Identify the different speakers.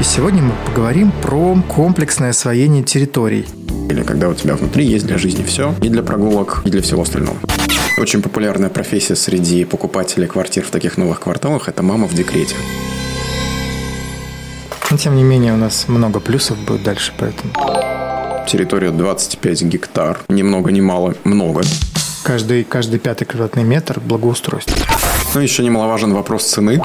Speaker 1: И сегодня мы поговорим про комплексное освоение территорий.
Speaker 2: Или когда у тебя внутри есть для жизни все, и для прогулок, и для всего остального. Очень популярная профессия среди покупателей квартир в таких новых кварталах – это мама в декрете.
Speaker 1: Но тем не менее у нас много плюсов будет дальше, поэтому
Speaker 2: Территория 25 гектар. Ни много, ни мало. Много.
Speaker 1: каждый, каждый пятый квадратный метр благоустройство.
Speaker 2: Но еще немаловажен вопрос цены.